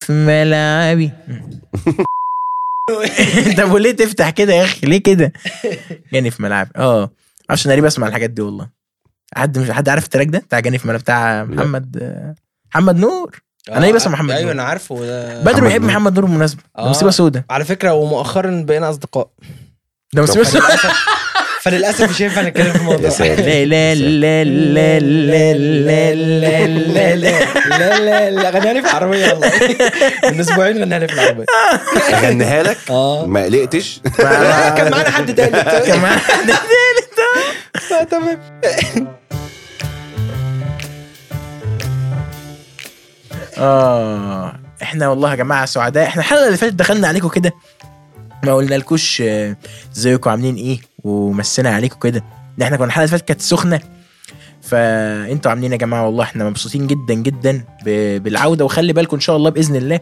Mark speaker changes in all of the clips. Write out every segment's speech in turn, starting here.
Speaker 1: في ملعبي طب وليه تفتح كده يا اخي ليه كده جاني في ملعبي اه معرفش انا ليه بسمع الحاجات دي والله حد مش حد عارف التراك ده بتاع جاني في ملعبي بتاع محمد محمد نور أنا ليه بسمع محمد
Speaker 2: ايوه
Speaker 1: نور؟
Speaker 2: انا عارفه ده
Speaker 1: بدر
Speaker 3: محمد
Speaker 1: بيحب
Speaker 3: نور.
Speaker 1: محمد نور بالمناسبه ده
Speaker 2: آه.
Speaker 1: مصيبه سودا
Speaker 2: على فكره ومؤخرا بقينا اصدقاء
Speaker 1: ده مصيبه سودا
Speaker 2: فللاسف مش هينفع نتكلم في الموضوع
Speaker 3: يا ساتر.
Speaker 1: لا لا لا لا لا لا لا لا
Speaker 2: لا
Speaker 1: لا
Speaker 2: لا لا لا غنيها لي في العربيه والله من اسبوعين غنيها لي في العربيه آه.
Speaker 3: اغنيها لك
Speaker 2: اه
Speaker 3: ما قلقتش
Speaker 2: كان معانا حد تاني
Speaker 1: كان معانا حد
Speaker 2: آه، تمام
Speaker 1: اه احنا والله يا جماعه سعداء احنا الحلقه اللي فاتت دخلنا عليكم كده ما قلنالكوش آه، ازيكم عاملين ايه ومسينا عليكم كده ان احنا كنا الحلقه اللي فاتت كانت سخنه فانتوا عاملين يا جماعه والله احنا مبسوطين جدا جدا ب- بالعوده وخلي بالكم ان شاء الله باذن الله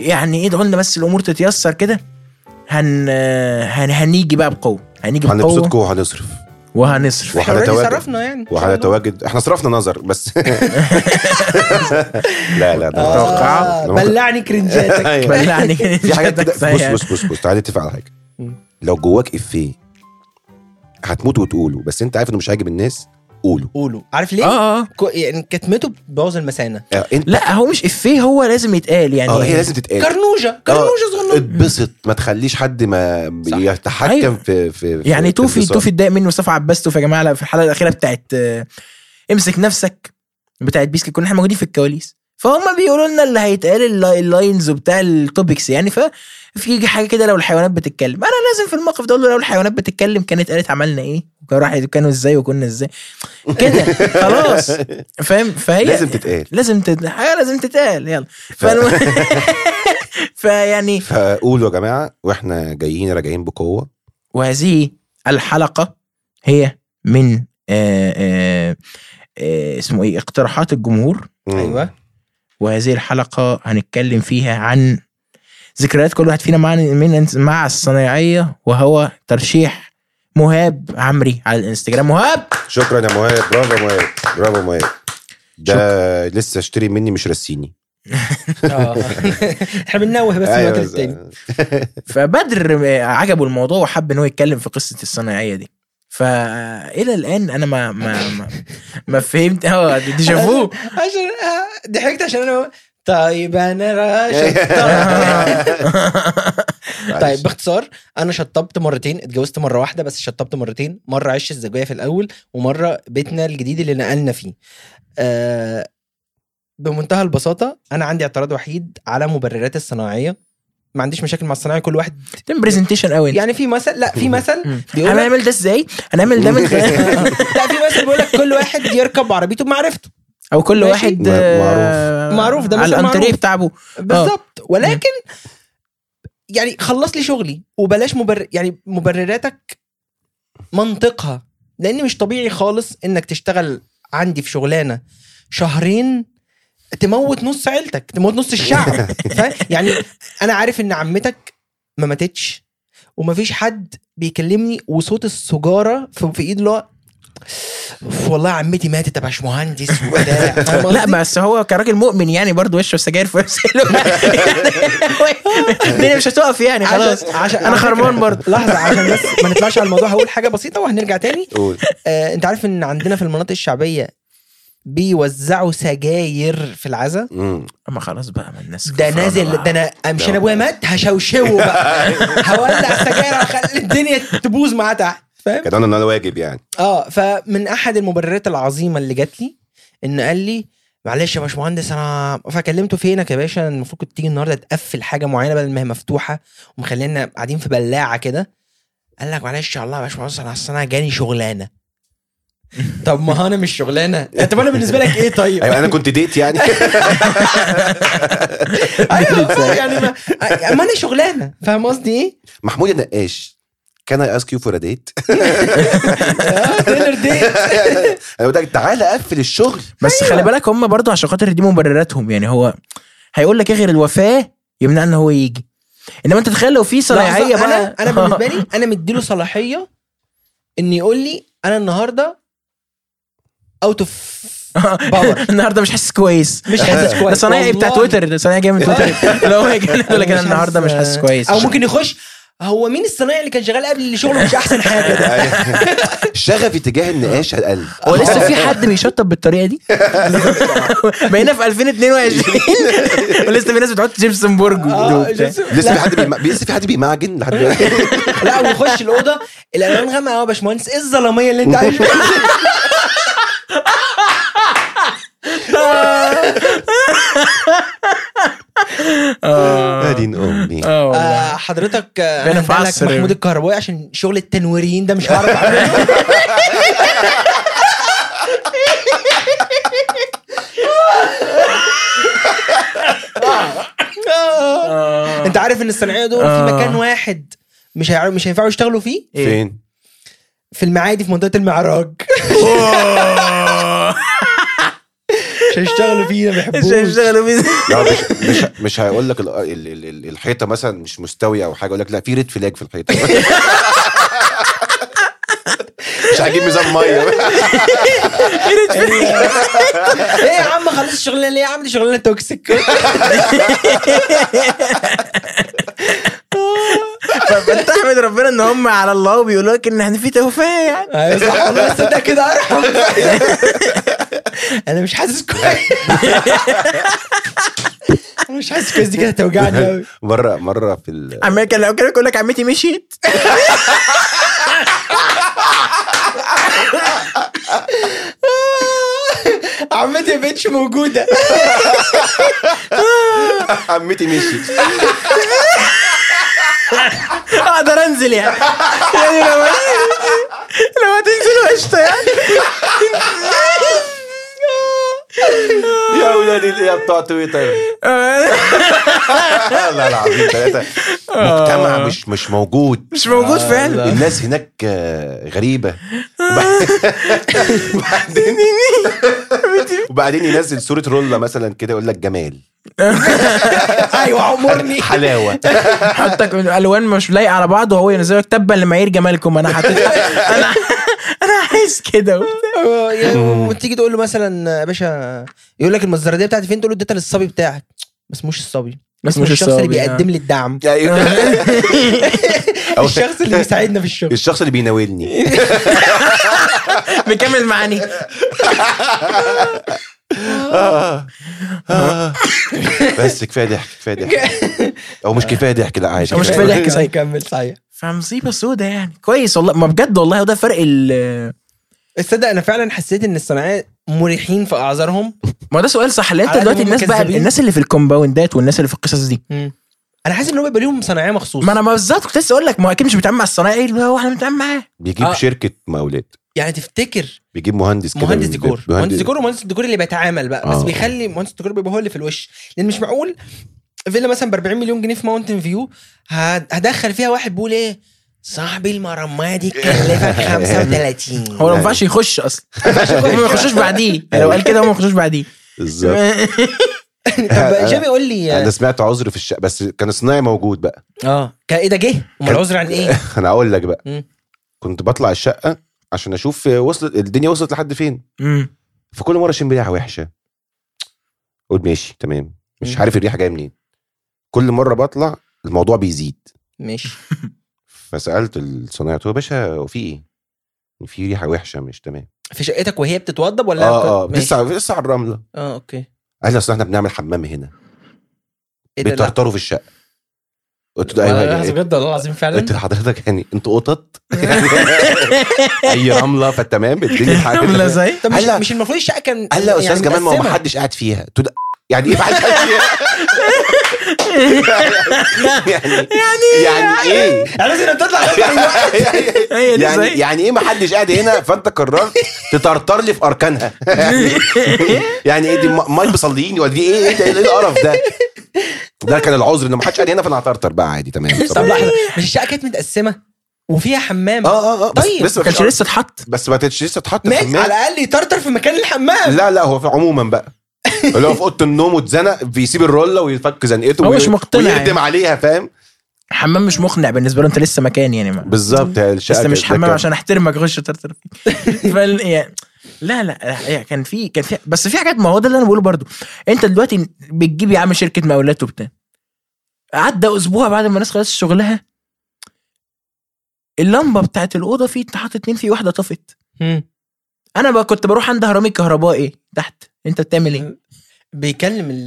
Speaker 1: يعني ادعوا لنا بس الامور تتيسر كده هن... آه، هن هنيجي بقى بقوه هنيجي بقوه
Speaker 3: هنبسطكم وهنصرف
Speaker 1: وهنصرف
Speaker 3: وهنتواجد.
Speaker 2: اوريدي صرفنا يعني إن شاء الله.
Speaker 3: وعلى تواجد احنا صرفنا نظر بس لا لا ده
Speaker 2: آه،
Speaker 1: متوقعة.
Speaker 3: أنا ممكن-
Speaker 2: بلعني كرنجاتك
Speaker 3: أيوة.
Speaker 1: بلعني كده
Speaker 3: في حاجات كده بص
Speaker 1: يعني.
Speaker 3: بص بص بص تعالى نتفق على حاجه
Speaker 2: مم.
Speaker 3: لو جواك افيه هتموت وتقوله بس انت عارف انه مش هيعجب الناس قوله
Speaker 2: قولوا عارف ليه؟
Speaker 1: اه اه
Speaker 2: كو- يعني كتمته بتبوظ المسانه
Speaker 3: آه، انت
Speaker 1: لا هو مش افيه هو لازم يتقال يعني
Speaker 3: اه هي لازم تتقال
Speaker 2: كرنوجه كرنوجه صغننه
Speaker 3: اتبسط ما تخليش حد ما
Speaker 2: صح.
Speaker 3: يتحكم
Speaker 1: أيوة.
Speaker 3: في, في في-
Speaker 1: يعني
Speaker 3: في
Speaker 1: توفي
Speaker 3: انتصار.
Speaker 1: توفي اتضايق من مصطفى عباس توفي يا جماعه لا، في الحلقه الاخيره بتاعت آه، امسك نفسك بتاعت بيسكي كنا احنا موجودين في الكواليس فهم بيقولوا لنا اللي هيتقال اللا- اللاينز وبتاع التوبكس يعني ففي حاجه كده لو الحيوانات بتتكلم انا لازم في الموقف ده اقول له لو الحيوانات بتتكلم كانت قالت عملنا ايه وكان راح كانوا ازاي وكنا ازاي كده خلاص فاهم فهي
Speaker 3: لازم تتقال
Speaker 1: لازم تت... حاجه لازم تتقال يلا فالم... فيعني
Speaker 3: فقولوا يا جماعه واحنا جايين راجعين بقوه
Speaker 1: وهذه الحلقة هي من آه، آه، آه، اسمه ايه اقتراحات الجمهور
Speaker 3: مم.
Speaker 1: أيوة.
Speaker 2: ايوه
Speaker 1: وهذه الحلقة هنتكلم فيها عن ذكريات كل واحد فينا مع من مع الصنايعية وهو ترشيح مهاب عمري على الانستجرام مهاب
Speaker 3: شكرا يا مهاب برافو يا مهاب برافو يا مهاب ده لسه اشتري مني مش رسيني
Speaker 2: آه. احنا بننوه
Speaker 3: أيوة،
Speaker 2: بس من الوقت للتاني
Speaker 1: فبدر آه، عجبه الموضوع وحب ان هو يتكلم في قصة الصنايعية دي فإلى الآن أنا ما ما ما, ما فهمت اه ديجافو
Speaker 2: عشان آه، ضحكت عشان انا طيب انا را- شطبت.
Speaker 1: آه.
Speaker 2: طيب باختصار انا شطبت مرتين اتجوزت مره واحده بس شطبت مرتين مره عش الزجاجه في الاول ومره بيتنا الجديد اللي نقلنا فيه آه بمنتهى البساطه انا عندي اعتراض وحيد على مبررات الصناعيه ما عنديش مشاكل مع الصناعي كل واحد
Speaker 1: تم برزنتيشن قوي انت
Speaker 2: يعني في مثل لا في مثل
Speaker 1: مم.
Speaker 2: بيقول لك-
Speaker 1: هنعمل ده ازاي؟ هنعمل ده من خلال
Speaker 2: لا في مثل بيقول لك كل واحد يركب عربيته بمعرفته
Speaker 1: او كل
Speaker 2: ماشي.
Speaker 1: واحد
Speaker 3: م-
Speaker 1: آه،
Speaker 2: معروف. ده
Speaker 1: على
Speaker 2: مثلا
Speaker 1: الانتريه
Speaker 2: معروف.
Speaker 1: بتاعه
Speaker 2: بالظبط ولكن يعني خلص لي شغلي وبلاش مبرر يعني مبرراتك منطقها لان مش طبيعي خالص انك تشتغل عندي في شغلانه شهرين تموت نص عيلتك تموت نص الشعب فاهم؟ يعني انا عارف ان عمتك ما ماتتش ومفيش حد بيكلمني وصوت السجاره في, في ايد اللي هو "أوف، والله عمتي ماتت يا باشمهندس وبتاع فاهم
Speaker 1: لا
Speaker 2: قصدي؟
Speaker 1: بس هو كراجل مؤمن يعني برضه وشه سجاير في نفس الوقت. يعني الدنيا مش هتقف يعني خلاص
Speaker 2: عشان, عشان
Speaker 1: انا خربان برضه
Speaker 2: لحظه عشان بس ما نطلعش على الموضوع هقول حاجه بسيطه وهنرجع تاني
Speaker 3: قول
Speaker 2: آه، انت عارف ان عندنا في المناطق الشعبيه بيوزعوا سجاير في العزاء
Speaker 3: مم.
Speaker 1: اما خلاص بقى ما الناس
Speaker 2: ده
Speaker 1: كفرانة
Speaker 2: نازل
Speaker 1: بقى.
Speaker 2: ده انا مش انا ابويا مات هشوشوه بقى هولع السجاير هخلي الدنيا تبوظ معاه تحت فاهم
Speaker 3: كان انا انا واجب يعني
Speaker 2: اه فمن احد المبررات العظيمه اللي جات لي ان قال لي معلش يا باشمهندس انا فكلمته فينك يا باشا المفروض كنت تيجي النهارده تقفل حاجه معينه بدل ما هي مفتوحه ومخلينا قاعدين في بلاعه كده قال لك معلش والله يا باشمهندس انا اصل انا جاني شغلانه طب ما هو انا مش شغلانه طب انا بالنسبه لك ايه طيب
Speaker 3: ايوه انا كنت ديت يعني
Speaker 2: ايوه يعني ما, ما انا شغلانه فاهم قصدي ايه؟
Speaker 3: محمود النقاش كان اي اسك يو فور ديت
Speaker 2: اه دينر ديت
Speaker 3: انا قلت لك تعالى قفل الشغل
Speaker 1: بس
Speaker 2: أيوة.
Speaker 1: خلي بالك هم برضه عشان خاطر دي مبرراتهم يعني هو هيقول لك ايه غير الوفاه يمنع ان هو يجي انما انت تخيل لو في صنايعيه
Speaker 2: لحظة،
Speaker 1: بقى
Speaker 2: انا انا بالنسبه لي انا مديله صلاحيه ان يقول لي انا النهارده اوت اوف باور
Speaker 1: النهارده مش حاسس كويس
Speaker 2: مش حاسس
Speaker 1: ده
Speaker 2: كويس
Speaker 1: صنايعي آه. بتاع
Speaker 2: والله.
Speaker 1: تويتر ده صنايعي جاي من تويتر لو هو كان يقول لك انا النهارده مش حاسس كويس
Speaker 2: او ممكن يخش هو مين الصنايعي اللي كان شغال قبل اللي شغله مش احسن حاجه ده
Speaker 3: شغفي تجاه النقاش قل
Speaker 1: هو لسه في حد بيشطب بالطريقه دي بقينا في 2022 ولسه في ناس بتحط جيمسون بورج
Speaker 2: آه،
Speaker 1: وبتاع.
Speaker 2: جوزيف-
Speaker 3: لسه في حد بيما- لسه في حد بيمعجن لحد دلوقتي
Speaker 2: لا ويخش الاوضه الالوان غامقه قوي يا باشمهندس ايه الظلاميه اللي انت عايش فيها
Speaker 1: اه
Speaker 3: دين امي
Speaker 1: اه والله.
Speaker 2: آه، حضرتك آه،
Speaker 1: بقينا
Speaker 2: انا
Speaker 1: في
Speaker 2: هديلك
Speaker 1: عصر.
Speaker 2: محمود الكهربائي عشان شغل التنويرين ده مش هعرف اعمله آه.
Speaker 1: آه.
Speaker 2: انت عارف ان الصناعيه دول
Speaker 1: آه.
Speaker 2: في مكان واحد مش هيع- مش هينفعوا يشتغلوا فيه
Speaker 1: إيه؟
Speaker 3: فين؟
Speaker 2: في المعادي في منطقه المعراج
Speaker 1: أوه.
Speaker 2: مش هيشتغلوا فيه ما
Speaker 1: مش
Speaker 2: بيحبوش
Speaker 1: هيشتغلوا بيه.
Speaker 3: لا مش مش مش هيقول لك ال- ال- ال- ال- الحيطه مثلا مش مستويه او حاجه يقول لك لا في ريد فلاج في الحيطه مش هجيب ميزان ميه
Speaker 2: ايه يا عم خلصت الشغلانه ليه يا عم دي شغلانه توكسيك
Speaker 1: فانت احمد ربنا ان هم على الله وبيقولوا لك ان احنا في توفاه يعني
Speaker 2: ايوه صح والله تصدق كده ارحم انا مش حاسس كويس انا مش حاسس كويس دي كده توجعني قوي
Speaker 3: مره مره في ال...
Speaker 1: عمال كان لو كان يقول لك عمتي مشيت
Speaker 2: عمتي ما بقتش موجوده
Speaker 3: عمتي مشيت
Speaker 1: اقدر انزل يعني يعني لو لو هتنزلوا قشطه يعني
Speaker 3: يا ولادي اللي هي بتوع تويتر الله العظيم ثلاثه مجتمع مش مش موجود
Speaker 1: مش موجود فعلا
Speaker 3: الناس هناك آه، غريبه وبعد- وبعدين وبعدين ينزل صوره رولا مثلا كده يقول لك جمال
Speaker 2: ايوه عمرني
Speaker 3: حلاوه
Speaker 1: حطك الالوان مش لايقه على بعض وهو ينزل لك تبا لمعايير جمالكم انا حطيت انا انا عايز كده وبتاع.
Speaker 2: آه، يعني وتيجي تقول له مثلا يا باشا يقول لك المزرديه بتاعتي فين تقول له اديتها للصبي بتاعك ما اسموش الصبي
Speaker 1: ما اسموش
Speaker 2: الشخص اللي
Speaker 1: الصبي، آه.
Speaker 2: بيقدم لي الدعم
Speaker 3: يعني أو
Speaker 2: الشخص اللي بيساعدنا في الشغل
Speaker 3: الشخص اللي بيناولني
Speaker 1: مكمل معاني
Speaker 3: بس كفايه ضحك كفايه ضحك او مش كفايه ضحك لا عايش
Speaker 1: أو مش كفاية ضحك.
Speaker 2: صحيح كمل أيوة. صحيح
Speaker 1: فمصيبه سودا يعني كويس والله ما بجد والله وده فرق ال
Speaker 2: تصدق انا فعلا حسيت ان الصناعيه مريحين في اعذارهم
Speaker 1: ما ده سؤال صح
Speaker 2: على
Speaker 1: انت
Speaker 2: قد
Speaker 1: دلوقتي
Speaker 2: ما هم
Speaker 1: الناس بقى
Speaker 2: كذابين.
Speaker 1: الناس اللي في الكومباوندات والناس اللي في القصص دي
Speaker 2: انا حاسس ان هو بيبقى ليهم صناعيه مخصوص
Speaker 1: ما انا ما بالظبط كنت لسه اقول لك ما هو اكيد مش بيتعامل مع الصنايعي اللي هو احنا بنتعامل معاه
Speaker 3: بيجيب
Speaker 2: آه.
Speaker 3: شركه مقاولات
Speaker 2: يعني تفتكر
Speaker 3: بيجيب مهندس كده
Speaker 2: مهندس
Speaker 3: بي-
Speaker 2: ديكور مهندس ديكور ومهندس الديكور اللي بيتعامل بقى بس
Speaker 3: آه.
Speaker 2: بيخلي مهندس الديكور بيبقى هو اللي في الوش لان مش معقول فيلا مثلا ب 40 مليون جنيه في ماونتن فيو هد- هدخل فيها واحد بيقول ايه صاحبي المرمايه دي تكلفك 35
Speaker 1: هو ما ينفعش يخش اصلا هو ما يخشوش بعديه لو قال كده هو ما يخشوش بعديه
Speaker 3: بالظبط
Speaker 2: يعني
Speaker 3: آه.
Speaker 2: طب جيمي قول لي
Speaker 3: انا سمعت عذر في الشقه بس كان الصنايعي موجود بقى
Speaker 2: اه كان ايه ده جه امال العذر عن ايه
Speaker 3: انا اقول لك بقى
Speaker 2: مم.
Speaker 3: كنت بطلع الشقه عشان اشوف وصلت الدنيا وصلت لحد فين
Speaker 1: امم
Speaker 3: فكل مره اشم ريحه وحشه اقول ماشي تمام مش
Speaker 2: مم.
Speaker 3: عارف الريحه جايه منين كل مره بطلع الموضوع بيزيد
Speaker 2: ماشي
Speaker 3: فسالت الصنايعي قلت له يا باشا هو في ايه في ريحه وحشه مش تمام
Speaker 2: في شقتك وهي بتتوضب ولا
Speaker 3: اه اه
Speaker 2: ماشي.
Speaker 3: لسه على- لسه على الرمله
Speaker 2: اه اوكي
Speaker 3: قال لي اصل احنا بنعمل حمام هنا
Speaker 2: ايه ده لا.
Speaker 3: بيطرطروا في الشقه قلت له
Speaker 2: والله
Speaker 3: ايوه
Speaker 2: لحظة
Speaker 3: يعني
Speaker 2: بجد والله العظيم فعلا
Speaker 3: قلت لحضرتك يعني انتوا قطط اي رمله فتمام الدنيا
Speaker 1: عامله
Speaker 3: حاجه
Speaker 1: زي
Speaker 2: طب مش,
Speaker 3: هلا.
Speaker 2: مش المفروض الشقه كان
Speaker 3: قال لي يا استاذ
Speaker 2: يعني
Speaker 3: جمال ما هو
Speaker 2: متقسمة.
Speaker 3: محدش قاعد فيها قلت له يعني ايه محدش قاعد فيها؟ يعني يعني ايه؟
Speaker 2: احنا لازم نطلع
Speaker 1: هي دي
Speaker 3: يعني
Speaker 1: زي
Speaker 3: يعني ايه محدش قاعد هنا فانت قررت تطرطر لي في اركانها يعني ايه دي م- ميه مصليين ولا دي ايه ايه ده؟ ايه القرف ده؟ ده كان العذر انه محدش قاعد هنا فانا هطرطر بقى عادي تمام
Speaker 2: طب لحظه مش الشقه كانت متقسمه وفيها
Speaker 1: آه،
Speaker 2: حمام
Speaker 3: اه اه اه بس
Speaker 2: طيب،
Speaker 3: بس
Speaker 1: ما
Speaker 3: ما
Speaker 1: كانش
Speaker 3: فيش
Speaker 1: لسه اتحط
Speaker 3: بس ما كانتش لسه اتحط
Speaker 2: ماشي
Speaker 3: الحمام.
Speaker 2: على الاقل يطرطر في مكان الحمام
Speaker 3: لا لا هو في عموما بقى اللي هو في اوضه النوم واتزنق بيسيب الروله ويفك زنقته
Speaker 1: هو
Speaker 3: وي-
Speaker 1: مش مقتنع
Speaker 3: ويردم
Speaker 1: يعني.
Speaker 3: عليها فاهم
Speaker 1: حمام مش مقنع بالنسبه له انت لسه مكان يعني ما.
Speaker 3: بالظبط الشقه
Speaker 1: لسه مش
Speaker 3: كانت- ده
Speaker 1: حمام
Speaker 3: كان-
Speaker 1: عشان احترمك غش ترتر فيه فال يعني لا لا, لا يعني كان في كان في بس في حاجات ما هو ده اللي انا بقوله برضو انت دلوقتي بتجيب يا عم شركه مقاولات وبتاع عدى اسبوع بعد ما الناس خلصت شغلها اللمبه بتاعت الاوضه في انت حاطط اتنين في واحده طفت
Speaker 2: مم.
Speaker 1: انا بقى كنت بروح عند هرامي الكهربائي تحت انت بتعمل
Speaker 2: آه،
Speaker 1: ايه؟
Speaker 2: بيكلم ال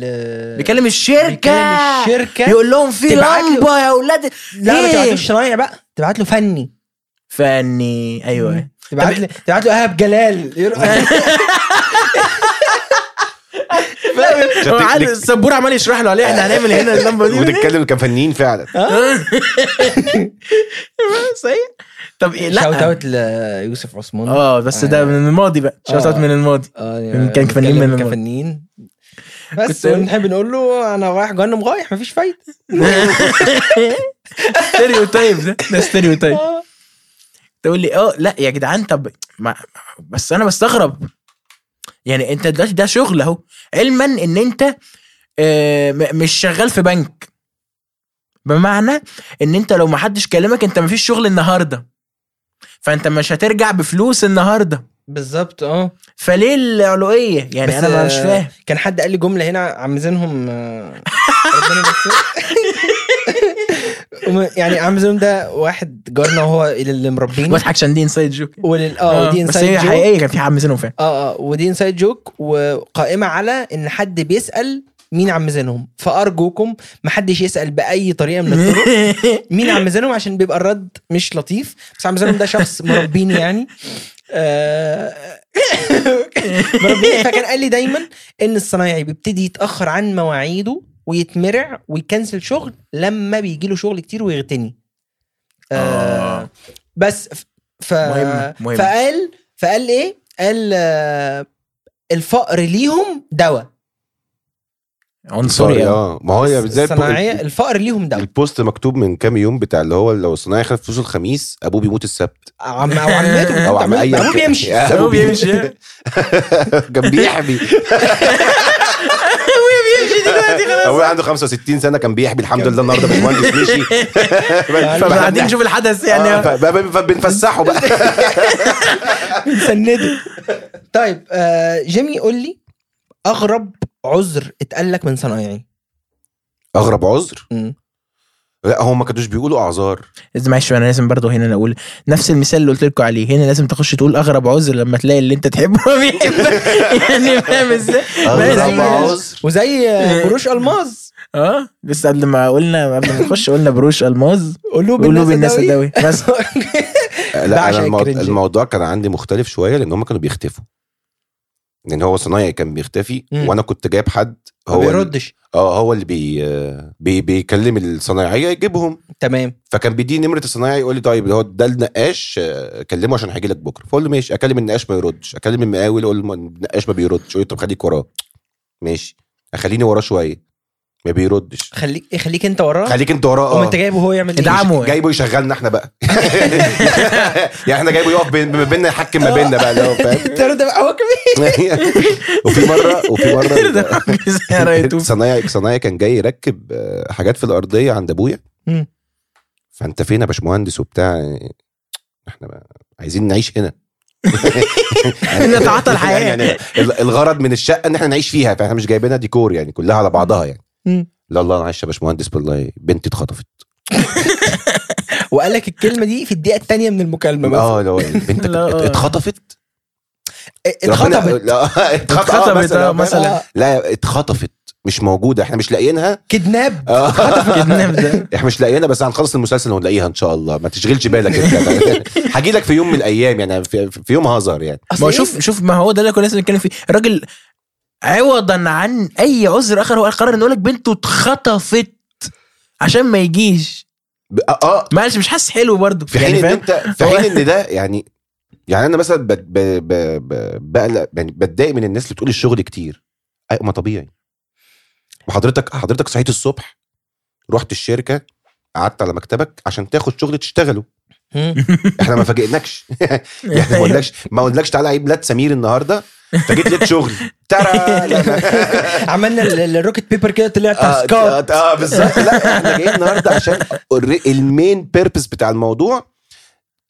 Speaker 1: بيكلم الشركه
Speaker 2: بيكلم الشركه
Speaker 1: يقول لهم في
Speaker 2: تبعت له.
Speaker 1: لمبه يا اولاد
Speaker 2: لا ما
Speaker 1: إيه؟
Speaker 2: تبعتلوش صنايع بقى تبعت له فني
Speaker 1: فاني ايوه
Speaker 2: تبعت له تبعت له ايهاب جلال
Speaker 3: عشان
Speaker 1: هو قاعد
Speaker 3: تك-
Speaker 1: السبور عمال يشرح له عليه احنا هنعمل هنا اللمبه دي
Speaker 3: وتتكلم كفنيين فعلا
Speaker 1: صحيح طب إيه؟
Speaker 2: شاوت
Speaker 1: لا
Speaker 2: اوت ليوسف عثمان
Speaker 1: اه بس ده من الماضي بقى شوت اوت
Speaker 2: آه.
Speaker 1: من الماضي
Speaker 2: آه،
Speaker 1: من- كان فنيين
Speaker 2: بنتكلم
Speaker 1: من الماضي.
Speaker 2: كفنيين
Speaker 1: كنت-
Speaker 2: بس ونحب نقول له انا رايح جهنم رايح مفيش فايده
Speaker 1: ستيريو تايب ده ده ستيريو تايب
Speaker 2: آه.
Speaker 1: تقول لي اه لا يا جدعان طب ما بس انا بستغرب يعني انت دلوقتي ده شغل اهو علما ان انت آه، م- مش شغال في بنك بمعنى ان انت لو ما حدش كلمك انت مفيش شغل النهارده فانت مش هترجع بفلوس النهارده
Speaker 2: بالظبط اه
Speaker 1: فليه العلويه
Speaker 2: بس،
Speaker 1: يعني انا مش
Speaker 2: آه،
Speaker 1: فاهم
Speaker 2: كان حد قال لي جمله هنا عمزينهم آه، ربنا يبارك له. يعني عمزينهم ده واحد جارنا وهو اللي مربيني
Speaker 1: بضحك عشان دي انسايد جوك
Speaker 2: ولل اه ودي
Speaker 1: آه، بس
Speaker 2: انسايد
Speaker 1: هي
Speaker 2: جوك
Speaker 1: حقيقيه كان في حد منهم فاهم
Speaker 2: اه اه ودي انسايد جوك وقائمه على ان حد بيسال مين عم زينهم فارجوكم محدش يسال باي طريقه من الطرق مين عم زينهم عشان بيبقى الرد مش لطيف بس عم زينهم ده شخص مربيني يعني آه، مربيني فكان قال لي دايما ان الصنايعي بيبتدي يتاخر عن مواعيده ويتمرع ويكنسل شغل لما بيجي له شغل كتير ويغتني آه
Speaker 1: آه.
Speaker 2: بس ف... ف...
Speaker 1: مهم، مهم.
Speaker 2: فقال فقال ايه قال آه، الفقر ليهم دواء
Speaker 1: عنصري أوي.
Speaker 3: اه ما هو هي زي
Speaker 2: الصناعيه
Speaker 3: الب-
Speaker 2: الفقر ليهم دواء
Speaker 3: البوست مكتوب من كام يوم بتاع اللي هو لو الصناعي خد فلوسه الخميس ابوه بيموت السبت
Speaker 2: عم او عمته
Speaker 3: او عم اي
Speaker 2: ابوه بيمشي
Speaker 1: أبوه بيمشي.
Speaker 3: كان بيحبي ابويا عنده 65 سنه كان بيحبي الحمد لله النهارده باشمهندس مشي
Speaker 1: طب قاعدين نشوف الحدث
Speaker 3: آه،
Speaker 1: يعني
Speaker 3: ف- ب- ب- بنفسحه بقى
Speaker 2: بنسنده طيب آه جيمي قول لي اغرب عذر اتقال لك من صنايعي
Speaker 3: اغرب عذر
Speaker 2: مم.
Speaker 3: لا هم ما كانوش بيقولوا اعذار
Speaker 1: إذا معلش انا لازم برضه هنا أنا اقول نفس المثال اللي قلت لكم عليه هنا لازم تخش تقول اغرب عذر لما تلاقي اللي انت تحبه ما بيحبك يعني فاهم ازاي؟
Speaker 3: اغرب
Speaker 1: بس-
Speaker 3: عذر
Speaker 2: وزي آه، قروش الماز
Speaker 1: اه بس قبل ما قلنا قبل ما نخش قلنا بروش الماز
Speaker 2: قلوب
Speaker 1: قلوب
Speaker 2: الناس
Speaker 1: الناس
Speaker 2: الدوي
Speaker 1: الدوي بس
Speaker 3: لا
Speaker 2: بعشق
Speaker 3: انا الموضوع,
Speaker 2: الكرنج.
Speaker 3: الموضوع كان عندي مختلف شويه لان هم كانوا بيختفوا لان هو صنايعي كان بيختفي
Speaker 2: مم.
Speaker 3: وانا كنت جايب حد
Speaker 2: ما
Speaker 3: هو ال-
Speaker 2: بيردش
Speaker 3: اه هو اللي بي آه، بي بيكلم الصنايعيه يجيبهم
Speaker 2: تمام
Speaker 3: فكان بيديني نمره الصنايعي يقول لي طيب هو ده النقاش آه، كلمه عشان هيجي لك بكره فاقول له ماشي اكلم النقاش ما يردش اكلم المقاول اقول له النقاش ما بيردش يقول لي طب خليك وراه ماشي اخليني وراه شويه ما بيردش
Speaker 2: خليك خليك انت وراه
Speaker 3: خليك انت وراه
Speaker 2: وما
Speaker 3: اه
Speaker 2: انت جايبه هو يعمل ايه
Speaker 1: ادعمه يعني.
Speaker 3: جايبه يشغلنا احنا بقى يعني احنا جايبه يقف بين- ما بيننا يحكم ما بيننا بقى اللي هو فاهم
Speaker 2: الترو ده بقى هو كمان
Speaker 3: وفي مره وفي
Speaker 1: إيه ده
Speaker 3: مره
Speaker 1: يا ريتو.
Speaker 3: صنايعي صنايعي كان جاي يركب آه، حاجات في الارضيه عند ابويا
Speaker 2: مم.
Speaker 3: فانت فين يا باشمهندس وبتاع احنا ما- عايزين نعيش هنا
Speaker 1: نتعاطى الحياة.
Speaker 3: يعني ال- الغرض من الشقه ان احنا نعيش فيها فاحنا مش جايبينها ديكور يعني كلها على بعضها يعني
Speaker 2: مم.
Speaker 3: لا الله معلش يا باشمهندس والله بنتي اتخطفت
Speaker 2: وقال لك الكلمه دي في الدقيقه الثانيه من المكالمه مثلا
Speaker 3: اه لو بنتك
Speaker 1: لا، آه.
Speaker 3: اتخطفت
Speaker 2: إيه، اتخطبت
Speaker 3: ربنا- لا، اتخطفت آه،
Speaker 1: اتخطبت،
Speaker 3: مثلا
Speaker 1: آه،
Speaker 3: آه،
Speaker 1: مثلا.
Speaker 2: آه،
Speaker 3: لا اتخطفت مش موجوده احنا مش لاقيينها
Speaker 2: كدناب
Speaker 3: آه.
Speaker 1: كدناب ده.
Speaker 3: احنا مش لاقيينها بس هنخلص المسلسل ونلاقيها ان شاء الله ما تشغلش بالك انت هجي لك في يوم من الايام يعني في, في يوم هظهر يعني
Speaker 1: ما هو
Speaker 2: أصل إيه؟
Speaker 1: شوف شوف ما هو ده اللي كنا لسه بنتكلم فيه الراجل عوضا عن اي عذر اخر هو قرر انه يقول لك بنته اتخطفت عشان ما يجيش
Speaker 3: ب- اه آه،
Speaker 1: معلش مش حاسس حلو برضه
Speaker 3: في حين
Speaker 1: يعني
Speaker 3: ان
Speaker 1: فاهم
Speaker 3: انت في
Speaker 1: هو-
Speaker 3: حين ان ده يعني يعني انا مثلا بت- ب- ب- ب- بقلق يعني بتضايق من الناس اللي بتقول الشغل كتير أي- ما طبيعي وحضرتك حضرتك صحيت الصبح رحت الشركه قعدت على مكتبك عشان تاخد شغل تشتغله
Speaker 2: مم.
Speaker 3: احنا ما فاجئناكش يعني ما قلناش ما قلناكش تعالى عيد ميلاد سمير النهارده فجيت لقيت شغل ترى لا، لا.
Speaker 2: عملنا ال- ال- الروكت بيبر كده طلع
Speaker 3: اه
Speaker 2: تاسكات
Speaker 3: آه، آه، بالظبط لا احنا جايين النهارده عشان الري- المين بيربس بتاع الموضوع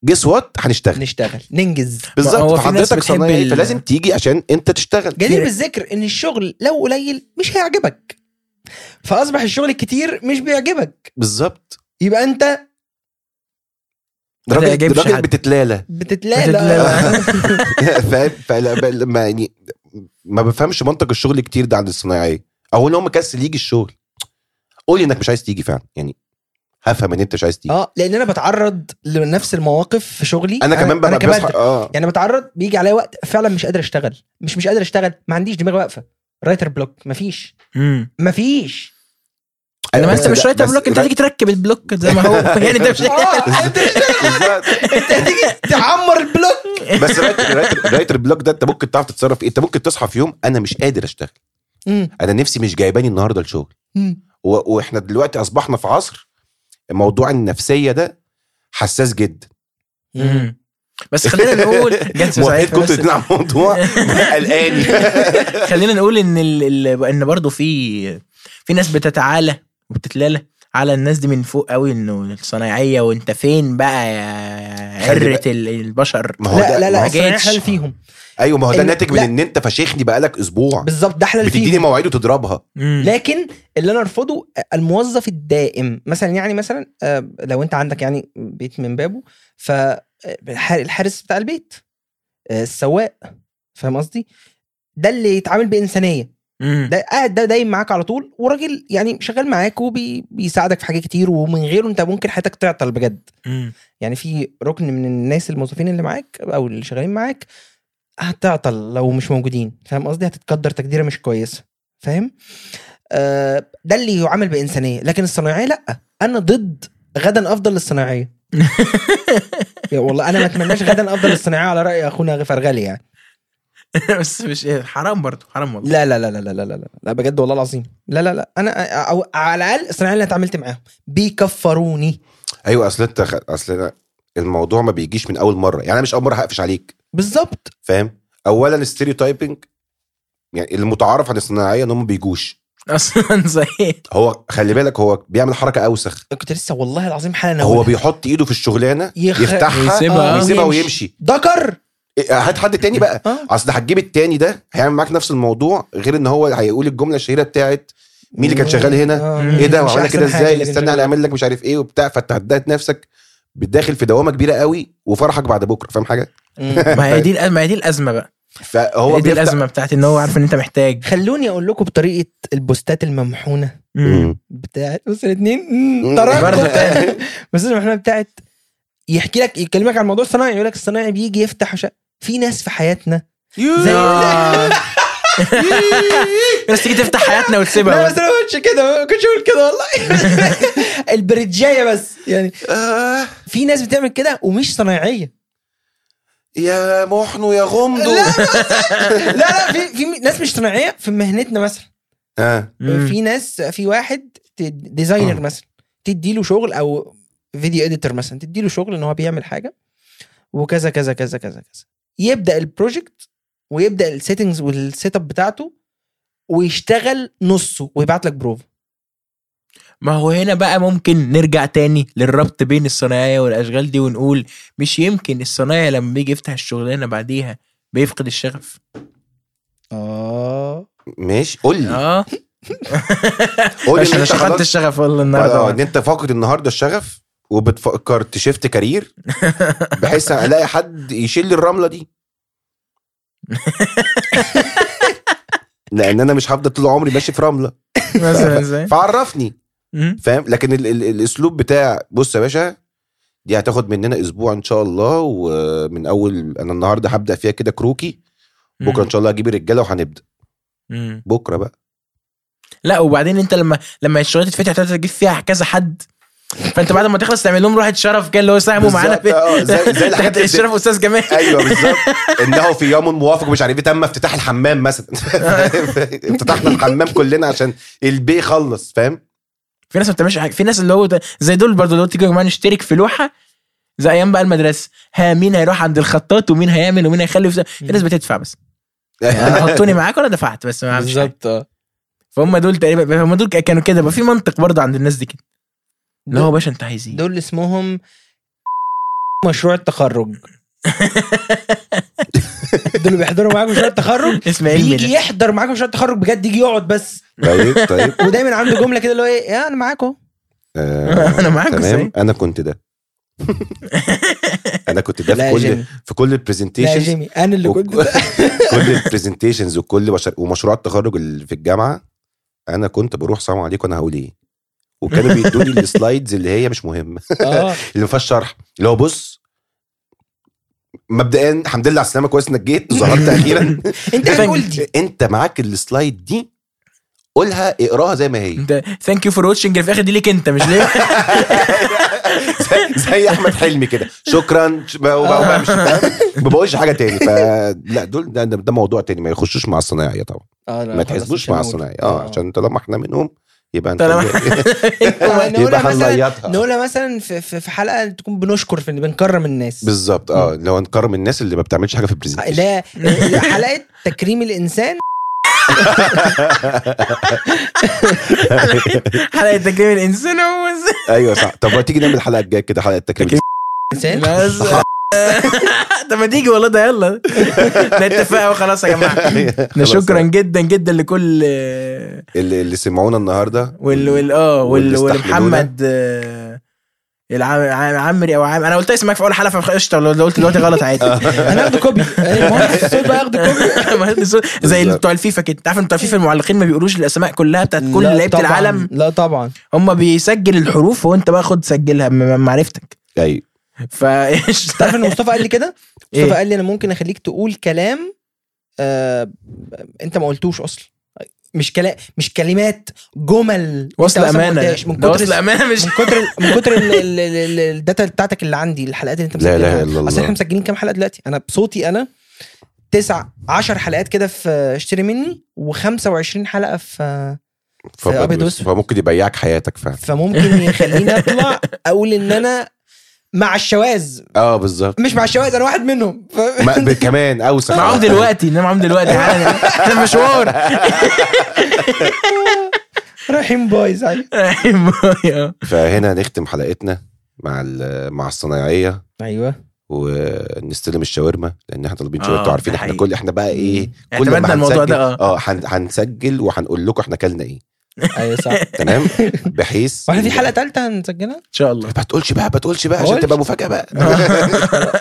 Speaker 3: جيس وات هنشتغل
Speaker 2: نشتغل ننجز
Speaker 1: هو
Speaker 3: بالظبط
Speaker 1: في ناس
Speaker 3: فحضرتك
Speaker 1: بتحب
Speaker 3: صنايعي
Speaker 1: ال-
Speaker 3: فلازم تيجي عشان انت تشتغل
Speaker 2: جدير بالذكر ان الشغل لو قليل مش هيعجبك فاصبح الشغل الكتير مش بيعجبك
Speaker 3: بالظبط
Speaker 2: يبقى انت
Speaker 1: ما
Speaker 3: راجل
Speaker 1: تعجبش
Speaker 3: راجل
Speaker 1: حد.
Speaker 3: بتتلالى
Speaker 2: بتتلاقى
Speaker 1: بتتلالى.
Speaker 3: فاهم فلا- ب- لما يعني ما بفهمش منطق الشغل كتير ده عند الصنايعيه اولا هو مكسل يجي الشغل قولي انك مش عايز تيجي فعلا يعني هفهم ان انت مش عايز تيجي
Speaker 1: آه،
Speaker 2: اه لان انا بتعرض لنفس المواقف في شغلي
Speaker 1: آه،
Speaker 3: انا كمان
Speaker 2: انا
Speaker 3: بقى
Speaker 2: كمان
Speaker 3: بصحى اه
Speaker 2: يعني بتعرض بيجي عليا وقت فعلا مش قادر اشتغل مش مش قادر اشتغل ما عنديش دماغ واقفه رايتر بلوك مفيش
Speaker 1: امم
Speaker 2: مفيش
Speaker 1: انا ما
Speaker 3: بس-
Speaker 1: انت مش رايتر
Speaker 3: آه، بس-
Speaker 1: بلوك انت هتيجي تركب البلوك زي ما هو يعني انت مش
Speaker 2: آه، انت
Speaker 3: بالظبط.
Speaker 2: انت هتيجي تعمر البلوك
Speaker 3: بس رايتر رايتر رايتر بلوك ده انت ممكن تعرف تتصرف ايه انت ممكن تصحى في يوم انا مش قادر اشتغل
Speaker 2: مم.
Speaker 3: انا نفسي مش جايباني النهارده الشغل
Speaker 2: مم.
Speaker 3: و- واحنا دلوقتي اصبحنا في عصر موضوع النفسيه ده حساس جدا
Speaker 1: مم. بس خلينا نقول جت صحيح
Speaker 3: موافقكم
Speaker 1: بس
Speaker 3: تطلع موضوع قلقاني
Speaker 1: خلينا نقول ان ال... ال... ان برضه في في ناس بتتعالى وبتتلالى على الناس دي من فوق قوي انه الصنايعيه وانت فين بقى يا
Speaker 3: خلي
Speaker 1: عره
Speaker 3: بالك.
Speaker 1: ال- البشر
Speaker 3: ما هو ده
Speaker 2: لا لا لا
Speaker 1: ما
Speaker 2: الصناعية
Speaker 1: جاتش.
Speaker 2: حلال فيهم
Speaker 3: ايوه ما هو ده
Speaker 2: إن-
Speaker 3: ناتج من
Speaker 2: لا.
Speaker 3: ان انت فشخني بقالك اسبوع
Speaker 2: بالظبط ده حلال فيهم
Speaker 3: بتديني مواعيد وتضربها
Speaker 1: مم.
Speaker 2: لكن اللي انا ارفضه الموظف الدائم مثلا يعني مثلا آه، لو انت عندك يعني بيت من بابه ف آه، الحار- الحارس بتاع البيت آه، السواق فاهم قصدي ده اللي يتعامل بانسانيه
Speaker 1: مم.
Speaker 2: ده قاعد ده دايم معاك على طول وراجل يعني شغال معاك وبيساعدك في حاجات كتير ومن غيره انت ممكن حياتك تعطل بجد
Speaker 1: مم.
Speaker 2: يعني في ركن من الناس الموظفين اللي معاك او اللي شغالين معاك هتعطل لو مش موجودين فاهم قصدي هتتقدر تقديره مش كويسه فاهم آه ده اللي يعامل بانسانيه لكن الصنايعيه لا انا ضد غدا افضل للصنايعيه يا والله انا ما اتمناش غدا افضل للصنايعيه على راي اخونا فرغلي يعني
Speaker 1: بس مش حرام برضه حرام والله
Speaker 2: لا لا لا لا لا لا لا لا بجد والله العظيم لا لا لا انا أو على الاقل الصنايعيه اللي أنا اتعاملت معاهم بيكفروني
Speaker 3: ايوه اصل انت خ- اصل أنا الموضوع ما بيجيش من اول مره يعني انا مش اول مره هقفش عليك
Speaker 2: بالظبط
Speaker 3: فاهم اولا الستيريوتايبنج يعني المتعارف عن الصناعيه ان هم بيجوش
Speaker 1: اصلا صحيح
Speaker 3: هو خلي بالك هو بيعمل حركه اوسخ
Speaker 2: كنت لسه والله العظيم حاله انا
Speaker 3: هو بيحط ايده في الشغلانه
Speaker 2: يخ-
Speaker 3: يفتحها
Speaker 2: آه،
Speaker 1: ويسيبها.
Speaker 3: ويسيبها ويمشي
Speaker 2: دكر
Speaker 3: إيه، هات حد تاني بقى
Speaker 2: اه
Speaker 3: اصل ده هتجيب التاني ده هيعمل معاك نفس الموضوع غير ان هو هيقول الجمله الشهيره بتاعت مين اللي كان شغال هنا
Speaker 2: آه.
Speaker 1: إيه
Speaker 3: ايه ده
Speaker 2: مش
Speaker 3: وعملنا
Speaker 2: أحسن
Speaker 3: كده
Speaker 2: حاجة
Speaker 3: ازاي
Speaker 2: اللي كان
Speaker 3: استنى
Speaker 2: شغال.
Speaker 3: انا اعمل لك مش عارف ايه وبتاع فانت هتضايق نفسك بتداخل في دوامه كبيره قوي وفرحك بعد بكره فاهم حاجه
Speaker 2: مم.
Speaker 1: ما هي دي الأ- ما هي دي الازمه بقى
Speaker 3: فهو
Speaker 2: إيه
Speaker 1: هو دي
Speaker 3: بيفتح-
Speaker 1: الازمه بتاعت ان هو عارف ان انت محتاج
Speaker 2: خلوني اقول لكم بطريقه البوستات الممحونه
Speaker 1: مم.
Speaker 3: مم.
Speaker 2: بتاعت بص الاثنين
Speaker 3: مم.
Speaker 1: برضه
Speaker 2: طرق
Speaker 1: تاني.
Speaker 2: بس المحونه بتاعت يحكي لك يكلمك عن موضوع الصناعي يقول لك الصناعي بيجي يفتح وش... في ناس في حياتنا زي
Speaker 1: آه. بس تيجي تفتح حياتنا
Speaker 2: لا بس
Speaker 1: وتسيبها
Speaker 2: انا ما قلتش كده ما كنتش اقول كده والله البرجايه بس يعني
Speaker 3: آه
Speaker 2: في ناس بتعمل كده ومش صنايعيه
Speaker 3: يا محنو يا غمدو
Speaker 2: لا لا في في ناس مش صنايعيه في مهنتنا مثلا
Speaker 3: آه.
Speaker 1: مم.
Speaker 2: في ناس في واحد ت- ديزاينر مثلا تدي له شغل او فيديو اديتور مثلا تدي له شغل ان هو بيعمل حاجه وكذا كذا كذا كذا كذا يبدا البروجكت ويبدا السيتنجز والسيت اب بتاعته ويشتغل نصه ويبعت لك بروف
Speaker 1: ما هو هنا بقى ممكن نرجع تاني للربط بين الصناعية والأشغال دي ونقول مش يمكن الصناعية لما بيجي يفتح الشغلانة بعديها بيفقد الشغف
Speaker 2: اه
Speaker 3: ماشي قول
Speaker 2: آه.
Speaker 3: لي
Speaker 1: اه
Speaker 3: قول
Speaker 1: عشان انا
Speaker 3: لي انت
Speaker 1: فقدت
Speaker 3: خلاص-
Speaker 1: الشغف والله
Speaker 3: آه، ان
Speaker 1: النهارده
Speaker 3: انت فاقد النهارده الشغف وبتفكر تشفت كارير بحيث الاقي حد يشيل لي الرمله دي لان انا مش هفضل طول عمري ماشي في رمله آه،
Speaker 1: مثلا ازاي
Speaker 3: فعرفني
Speaker 1: مم.
Speaker 3: فاهم لكن ال ال الاسلوب بتاع بص يا باشا دي هتاخد مننا اسبوع ان شاء الله ومن اول انا النهارده هبدا فيها كده كروكي بكره ان شاء الله هجيب الرجاله وهنبدا
Speaker 1: مم.
Speaker 3: بكره بقى
Speaker 1: لا وبعدين انت لما لما الشغلانه تتفتح تقدر تجيب فيها كذا حد فانت بعد ما تخلص تعمل لهم روحه شرف كده اللي هو ساهموا معانا
Speaker 3: بالظبط، اه، زي- زي الحاجات اللي-
Speaker 1: الشرف استاذ جمال
Speaker 3: ايوه بالظبط انه في يوم موافق مش عارف ايه تم افتتاح الحمام مثلا افتتحنا الحمام كلنا عشان البي يخلص فاهم
Speaker 1: في ناس ما بتعملش حاجه في ناس اللي هو ده- زي دول برضه اللي هو تيجي يا جماعه نشترك في لوحه زي ايام بقى المدرسه ها مين هيروح عند الخطاط ومين هيعمل ومين هيخلي في في ناس بتدفع بس انا حطوني معاك ولا دفعت بس ما عملتش حاجة.
Speaker 2: بالظبط اه
Speaker 1: فهم دول تقريبا هم دول كانوا كده بقى في إيه؟ منطق برضه عند الناس دي كده اللي هو يا باشا انت عايز ايه
Speaker 2: دول اسمهم مشروع التخرج دول اللي بيحضروا معاك مشروع التخرج
Speaker 1: اسماعيل
Speaker 2: بيجي
Speaker 1: مينا.
Speaker 2: يحضر معاك مشروع التخرج بجد يجي يقعد بس
Speaker 3: طيب طيب
Speaker 2: ودايما عنده جمله كده اللي هو ايه يا انا معاك اهو
Speaker 3: آه،
Speaker 1: أنا معاك إيه؟
Speaker 3: تمام
Speaker 1: وسعيد.
Speaker 3: انا كنت ده انا كنت ده في
Speaker 2: لا يا
Speaker 3: كل
Speaker 2: جيمي
Speaker 3: في كل
Speaker 2: لا يا
Speaker 3: البرزنتيشنز
Speaker 2: جيمي انا اللي كنت
Speaker 3: وك- كل البرزنتيشنز وكل مشار- ومشروعات التخرج اللي في الجامعه انا كنت بروح سلام عليكم انا هقول ايه وكانوا بيدوني السلايدز اللي هي مش مهمه
Speaker 2: اه
Speaker 3: اللي ما فيهاش شرح اللي هو بص مبدئيا الحمد لله على السلامه كويس انك جيت ظهرت اخيرا
Speaker 2: انت هتقول دي
Speaker 3: انت معاك السلايد دي قولها اقراها زي ما هي
Speaker 1: انت ثانك يو فور واتشنج في الاخر دي ليك انت مش ليه
Speaker 3: زي- زي احمد حلمي كده شكرا ش- بقى- وبقى- وبقى مش- فاهم؟ ما بقولش حاجه تاني فلا دول ده, ده موضوع تاني ما يخشوش مع الصنايعيه طبعا
Speaker 2: آه، لا،
Speaker 3: ما
Speaker 2: خلاص،
Speaker 3: تحسبوش
Speaker 2: مش
Speaker 3: مع
Speaker 2: هنقول.
Speaker 3: الصنايعيه اه عشان طالما احنا منهم يبقى انت
Speaker 1: طالما-
Speaker 2: آه،
Speaker 3: يبقى
Speaker 2: نقولها مثلا
Speaker 3: هنليطها
Speaker 2: نقولها مثلا في, في, في حلقه تكون بنشكر في إن بنكرم الناس آه،
Speaker 3: بالظبط اه لو هنكرم الناس اللي ما بتعملش حاجه في البرزنتيشن
Speaker 2: لا حلقه تكريم الانسان
Speaker 1: حلقه تكريم الانسان هو
Speaker 3: ايوه صح طب ما تيجي نعمل الحلقه الجايه كده حلقه تكريم
Speaker 2: الانسان
Speaker 1: بس طب ما تيجي والله ده يلا نتفق وخلاص يا جماعه ده
Speaker 3: أيوة. خلاص، آه.
Speaker 1: شكرا جدا جدا لكل آه،
Speaker 3: اللي, اللي سمعونا النهارده
Speaker 1: وال وال اه وال
Speaker 3: واللي
Speaker 1: والمحمد آه، العام عام- عمري او عام انا قلت اسمك في اول حلقه فقشطه لو لو قلت دلوقتي غلط عادي
Speaker 3: آه.
Speaker 2: هناخد كوبي المهندس الصوت بقى ياخد كوبي
Speaker 1: مهندس صوت. زي
Speaker 3: بالظبط.
Speaker 1: بتوع الفيفا كده انت عارف إن بتوع الفيفا المعلقين ما بيقولوش الاسماء كلها بتاعت كل
Speaker 2: لا
Speaker 1: لعيبه
Speaker 2: طبعاً،
Speaker 1: العالم
Speaker 2: لا طبعا
Speaker 1: هم بيسجل الحروف وانت بقى خد سجلها بم- بمعرفتك
Speaker 3: ايوه
Speaker 1: فايش
Speaker 2: تعرف ان مصطفى قال لي كده
Speaker 1: إيه؟
Speaker 2: مصطفى قال لي انا ممكن اخليك تقول كلام آه انت ما قلتوش اصلا مش كلام مش كلمات جمل
Speaker 1: وصل
Speaker 2: أنت أصلاً ما
Speaker 1: امانه
Speaker 2: قلتهاش. من
Speaker 1: ده وصل
Speaker 2: كتر
Speaker 1: امانه مش
Speaker 2: من كتر من كتر ال- ال- ال- ال- الداتا بتاعتك اللي عندي الحلقات اللي انت
Speaker 3: لا اله
Speaker 2: مسجلها
Speaker 3: الا
Speaker 2: اصل احنا
Speaker 3: الله
Speaker 2: مسجلين كام حلقه دلوقتي انا بصوتي انا تسع عشر حلقات كده في اشتري مني و25 حلقه في
Speaker 3: فبدوس.
Speaker 2: أبيض وأسود.
Speaker 3: فممكن يبيعك حياتك فعلا
Speaker 2: فممكن يخليني اطلع اقول ان انا مع الشواذ
Speaker 3: اه بالظبط
Speaker 2: مش مع الشواذ انا واحد منهم ف-
Speaker 3: ما- ب- كمان اوسع
Speaker 1: معاهم دلوقتي انما معاهم دلوقتي حالا. ده مشوار
Speaker 2: رايحين بايظ عليه
Speaker 1: أيوة.
Speaker 3: فهنا نختم حلقتنا مع ال- مع الصنايعيه
Speaker 2: ايوه
Speaker 3: ونستلم الشاورما لان احنا طالبين شاورما
Speaker 1: آه،
Speaker 3: انتوا عارفين
Speaker 1: ده
Speaker 3: احنا
Speaker 1: حقيقي.
Speaker 3: كل احنا بقى ايه كل
Speaker 1: اعتمدنا الموضوع ده، آه،
Speaker 3: هنسجل- اه هن- هنسجل وهنقول لكم احنا اكلنا ايه
Speaker 2: ايوه صح
Speaker 3: تمام بحيث
Speaker 2: واحنا في حلقه ثالثه هنسجلها
Speaker 1: ان شاء الله
Speaker 3: ما تقولش بقى ما تقولش بقى عشان
Speaker 2: قولش.
Speaker 3: تبقى مفاجاه بقى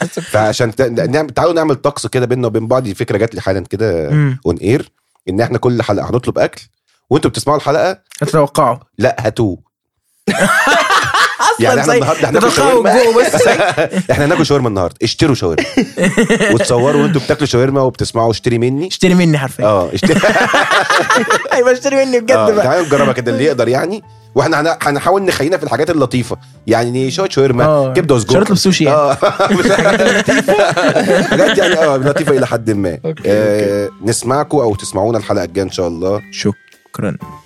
Speaker 3: فعشان ت- نعمل تعالوا نعمل طقس كده بيننا وبين بعض دي فكره جات لي حالا كده
Speaker 1: مم.
Speaker 3: اون اير ان احنا كل حلقه هنطلب اكل وانتوا بتسمعوا الحلقه
Speaker 1: اتوقعوا
Speaker 3: لا هاتوه يعني احنا
Speaker 1: زي-
Speaker 3: النهارده هناكل
Speaker 1: تتوقعوا
Speaker 3: شاورما
Speaker 1: جوه بس
Speaker 3: احنا هناكل شاورما النهارده اشتروا شاورما وتصوروا وانتوا بتاكلوا شاورما وبتسمعوا اشتري مني
Speaker 1: اشتري مني حرفيا
Speaker 3: اه اشتري
Speaker 1: ايوه اشتري مني
Speaker 3: آه،
Speaker 1: بجد بقى
Speaker 3: تعالوا نجربها كده اللي يقدر يعني واحنا هن- هنحاول نخلينا في الحاجات اللطيفه يعني شويه شاورما
Speaker 1: آه.
Speaker 3: كبده وسجق
Speaker 1: مش هنطلب سوشي يعني.
Speaker 3: اه مش الحاجات اللطيفة. حاجات يعني اه لطيفه الى حد ما
Speaker 2: أوكي،
Speaker 3: آه، نسمعكم او تسمعونا الحلقه الجايه ان شاء الله
Speaker 1: شكرا